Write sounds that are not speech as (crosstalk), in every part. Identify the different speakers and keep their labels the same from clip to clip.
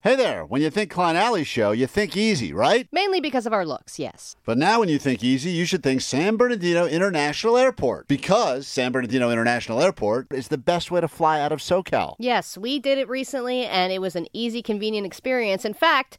Speaker 1: Hey there, when you think Klein Alley Show, you think easy, right?
Speaker 2: Mainly because of our looks, yes.
Speaker 1: But now, when you think easy, you should think San Bernardino International Airport because San Bernardino International Airport is the best way to fly out of SoCal.
Speaker 2: Yes, we did it recently and it was an easy, convenient experience. In fact,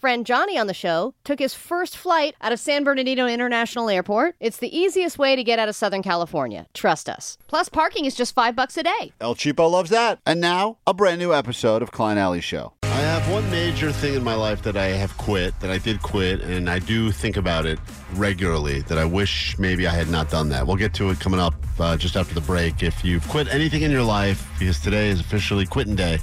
Speaker 2: friend Johnny on the show took his first flight out of San Bernardino International Airport. It's the easiest way to get out of Southern California. Trust us. Plus, parking is just five bucks a day.
Speaker 1: El Cheapo loves that. And now, a brand new episode of Klein Alley Show. I have one major thing in my life that I have quit, that I did quit, and I do think about it regularly, that I wish maybe I had not done that. We'll get to it coming up uh, just after the break. If you've quit anything in your life, because today is officially quitting day,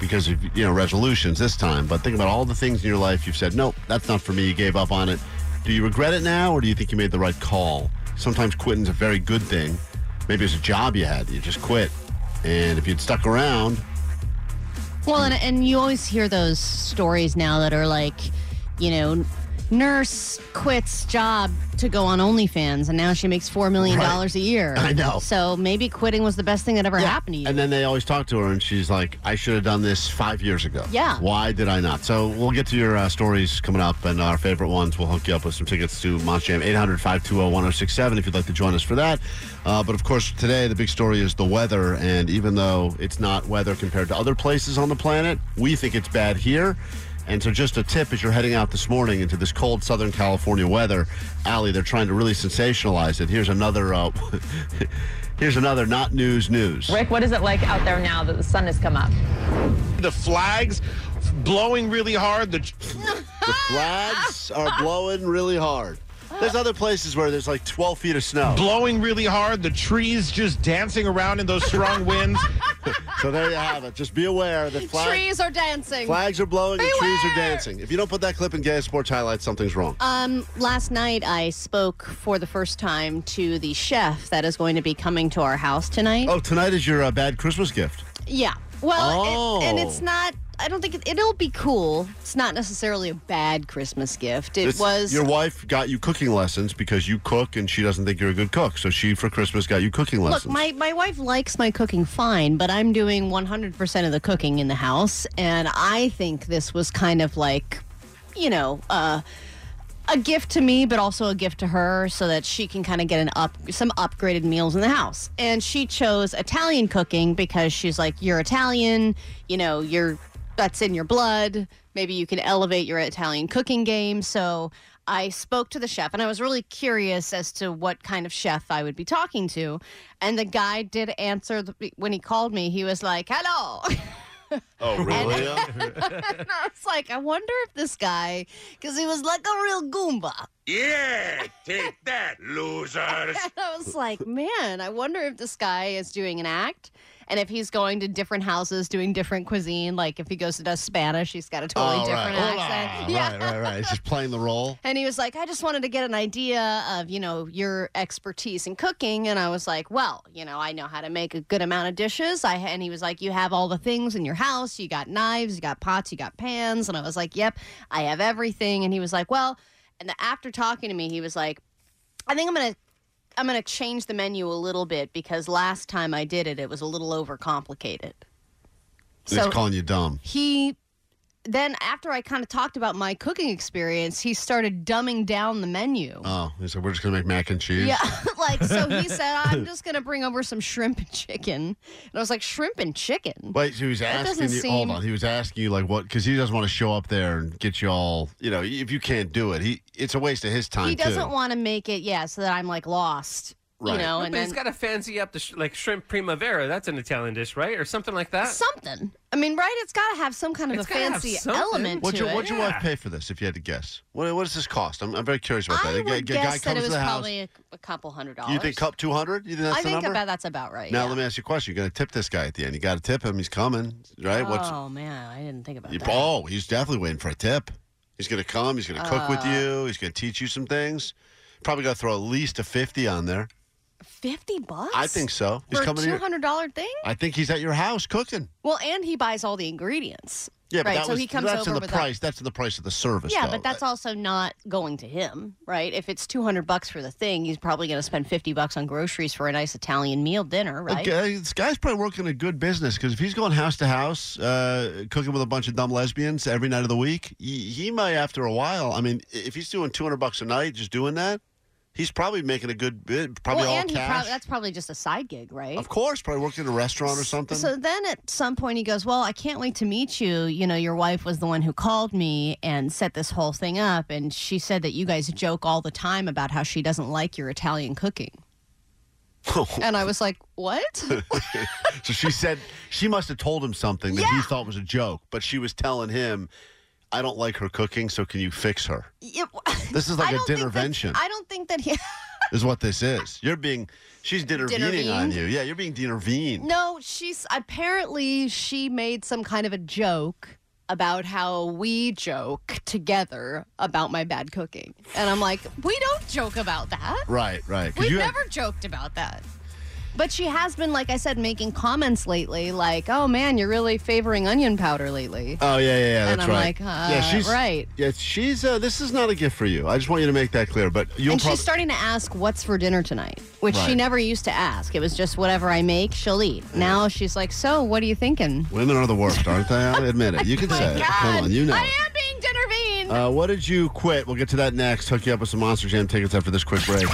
Speaker 1: because of you know resolutions this time. But think about all the things in your life you've said, nope, that's not for me. You gave up on it. Do you regret it now, or do you think you made the right call? Sometimes quitting's a very good thing. Maybe it's a job you had, you just quit, and if you'd stuck around,
Speaker 3: Well, and, and you always hear those stories now that are like, you know, nurse quits job to go on OnlyFans, and now she makes $4 million
Speaker 1: Right.
Speaker 3: a year.
Speaker 1: I know.
Speaker 3: So maybe quitting was the best thing that ever happened to you.
Speaker 1: And then they always talk to her, and she's like, "I should have done this five years ago.
Speaker 3: Yeah.
Speaker 1: Why did I not?" So we'll get to your uh, stories coming up, and our favorite ones. We'll hook you up with some tickets to Monch Jam 800-520-1067 if you'd like to join us for that. Uh, but of course, today the big story is the weather, and even though it's not weather compared to other places on the planet, we think it's bad here. And so, just a tip as you're heading out this morning into this cold Southern California weather, Allie, they're trying to really sensationalize it. Here's another, uh, (laughs) here's another not news news.
Speaker 4: Rick, what is it like out there now that the sun has come up?
Speaker 5: the flags blowing really hard. The
Speaker 1: The flags are blowing really hard. There's other places where there's like 12 feet of snow.
Speaker 5: blowing really hard. The trees just dancing around in those strong winds.
Speaker 1: So there you have it. Just be aware that flag,
Speaker 3: Trees are dancing.
Speaker 1: flags are blowing and trees are dancing. If you don't put that clip in Gay Sports Highlights, something's wrong.
Speaker 3: Um, last night I spoke for the first time to the chef that is going to be coming to our house tonight.
Speaker 1: oh, tonight is your uh, bad Christmas gift.
Speaker 3: Yeah. Well, it-
Speaker 1: Oh.
Speaker 3: and it's not. I don't think it, it'll be cool. It's not necessarily a bad Christmas gift. It
Speaker 1: This-
Speaker 3: was
Speaker 1: Your wife got you cooking lessons because you cook and she doesn't think you're a good cook. So she, for Christmas, got you cooking
Speaker 3: Look,
Speaker 1: lessons.
Speaker 3: my, my wife likes my cooking fine, but I'm doing 100% of the cooking in the house. And I think this was kind of like, you know, uh, a gift to me, but also a gift to her so that she can kind of get an up some upgraded meals in the house. And she chose Italian cooking because she's like, you're Italian, you know, you're that's in your blood. Maybe you can elevate your Italian cooking game. So I spoke to the chef and I was really curious as to what kind of chef I would be talking to. And the guy did answer the, when he called me, he was like, hello. (laughs)
Speaker 1: oh, really?
Speaker 3: and I was like, I wonder if this guy, because he was like a real Goomba. (laughs)
Speaker 5: Yeah, take that, losers.
Speaker 3: And I was like, man, I wonder if this guy is doing an act and if he's going to different houses doing different cuisine. Like if he goes to does Spanish, he's got a totally
Speaker 1: All right.
Speaker 3: different accent.
Speaker 1: Hola. Ah, Right, right, right. It's just playing the
Speaker 3: (laughs)
Speaker 1: role.
Speaker 3: And he was like, I just wanted to get an idea of, you know, your expertise in cooking. And I was like, well, you know, I know how to make a good amount of dishes. I and he was like, you have all the things in your house. You got knives, you got pots, you got pans. And I was like, yep, I have everything. And he was like, well, and after talking to me, he was like, I think I'm gonna. I'm going to change the menu a little bit because last time I did it, it was a little overcomplicated.
Speaker 1: He's calling you dumb.
Speaker 3: he then after I kind of talked about my cooking experience, he started dumbing down the menu.
Speaker 1: Oh, he said, we're just going to make mac and cheese.
Speaker 3: yeah, (laughs) like so
Speaker 1: (laughs)
Speaker 3: he said, I'm just gonna bring over some shrimp and chicken, and I was like, shrimp and chicken.
Speaker 1: Wait, so he was
Speaker 3: That
Speaker 1: asking you.
Speaker 3: doesn't
Speaker 1: Hold
Speaker 3: seem-
Speaker 1: on, he was asking you like what? Because he doesn't want to show up there and get you all. You know, if you can't do it, he it's a waste of his time.
Speaker 3: He
Speaker 1: too.
Speaker 3: doesn't want to make it, yeah, so that I'm like lost.
Speaker 1: Right.
Speaker 3: you know, and
Speaker 6: but he's
Speaker 3: then
Speaker 6: got to fancy up the sh- like shrimp primavera. That's an Italian dish, right, or something like that.
Speaker 3: something. I mean, right? It's got to have some kind of
Speaker 6: It's
Speaker 3: a
Speaker 6: gotta have
Speaker 3: fancy
Speaker 6: something.
Speaker 3: element
Speaker 1: What'd,
Speaker 3: to
Speaker 1: your,
Speaker 3: it.
Speaker 1: what'd your
Speaker 6: Yeah.
Speaker 1: wife pay for this, if you had to guess? What, what does this cost? I'm, I'm very curious about
Speaker 3: I
Speaker 1: that. A
Speaker 3: would
Speaker 1: g- a, guy
Speaker 3: guess
Speaker 1: comes
Speaker 3: that it
Speaker 1: to
Speaker 3: was
Speaker 1: the house.
Speaker 3: probably a, a couple hundred dollars.
Speaker 1: You think cup 200? You think that's
Speaker 3: I
Speaker 1: the
Speaker 3: think
Speaker 1: number?
Speaker 3: about that's about right.
Speaker 1: now,
Speaker 3: yeah.
Speaker 1: let me ask you a question. You're going to tip this guy at the end. You got to tip him. He's coming, right? What's
Speaker 3: oh man, I didn't think about
Speaker 1: you,
Speaker 3: that.
Speaker 1: Oh, he's definitely waiting for a tip. He's going to come. He's going to cook with
Speaker 3: Uh.
Speaker 1: you. He's going to teach you some things. Probably got to throw at least a 50 on there.
Speaker 3: Fifty bucks?
Speaker 1: I think so. He's
Speaker 3: for
Speaker 1: coming
Speaker 3: two
Speaker 1: here.
Speaker 3: hundred dollar thing.
Speaker 1: I think he's at your house cooking.
Speaker 3: Well, and he buys all the ingredients.
Speaker 1: Yeah, but
Speaker 3: right.
Speaker 1: that
Speaker 3: so
Speaker 1: was,
Speaker 3: he comes
Speaker 1: that's
Speaker 3: over
Speaker 1: in the
Speaker 3: with
Speaker 1: price. That's in the price of the service.
Speaker 3: A, yeah,
Speaker 1: though. Uh,
Speaker 3: but that's also not going to him, right? If it's two hundred bucks for the thing, he's probably going to spend fifty bucks on groceries for a nice Italian meal dinner, right?
Speaker 1: Okay, uh, this guy's probably working a good business because if he's going house to house, uh, cooking with a bunch of dumb lesbians every night of the week, he, he might after a while. I mean, if he's doing two hundred bucks a night just doing that, he's probably making a good bit, probably
Speaker 3: well,
Speaker 1: all
Speaker 3: and he
Speaker 1: cash.
Speaker 3: probably, that's probably just a side gig, right?
Speaker 1: of course, probably working in a restaurant or something.
Speaker 3: So then at some point he goes, Well, I can't wait to meet you. You know, your wife was the one who called me and set this whole thing up. And she said that you guys joke all the time about how she doesn't like your Italian cooking. and I was like,
Speaker 1: (laughs)
Speaker 3: What?
Speaker 1: (laughs) so she said she must have told him something that he
Speaker 3: Yeah.
Speaker 1: thought was a joke, but she was telling him, "I don't like her cooking, so can you fix her?"
Speaker 3: It- (laughs)
Speaker 1: This is
Speaker 3: I
Speaker 1: like a
Speaker 3: don't think that-
Speaker 1: dinnervention.
Speaker 3: I don't think that he. (laughs)
Speaker 1: is what this is. You're being she's dinnervening on
Speaker 3: Dinnervened?
Speaker 1: you. Yeah, you're being dinnervened.
Speaker 3: No, she's apparently she made some kind of a joke about how we joke together about my bad cooking. And I'm like, We don't joke about that.
Speaker 1: Right, right. 'Cause
Speaker 3: We've
Speaker 1: you had-
Speaker 3: never joked about that. But she has been, like I said, making comments lately, like, "Oh man, you're really favoring onion powder lately."
Speaker 1: Oh yeah, yeah, yeah. That's
Speaker 3: And I'm
Speaker 1: right.
Speaker 3: like,
Speaker 1: yeah,
Speaker 3: uh,
Speaker 1: she's
Speaker 3: right.
Speaker 1: Yeah, she's. Uh, this is not a gift for you. I just want you to make that clear. But you'll
Speaker 3: and
Speaker 1: probably
Speaker 3: she's starting to ask, "What's for dinner tonight?" Which she
Speaker 1: Right.
Speaker 3: never used to ask. It was just whatever I make, she'll eat. Now she's like, "So, what are you thinking?"
Speaker 1: women are the worst, aren't they? I admit it.
Speaker 3: (laughs)
Speaker 1: You can say it. Come on, you know.
Speaker 3: Oh
Speaker 1: Oh,
Speaker 3: I am being dinner bean.
Speaker 1: Uh, what did you quit? We'll get to that next. Hook you up with some Monster Jam tickets after this quick break.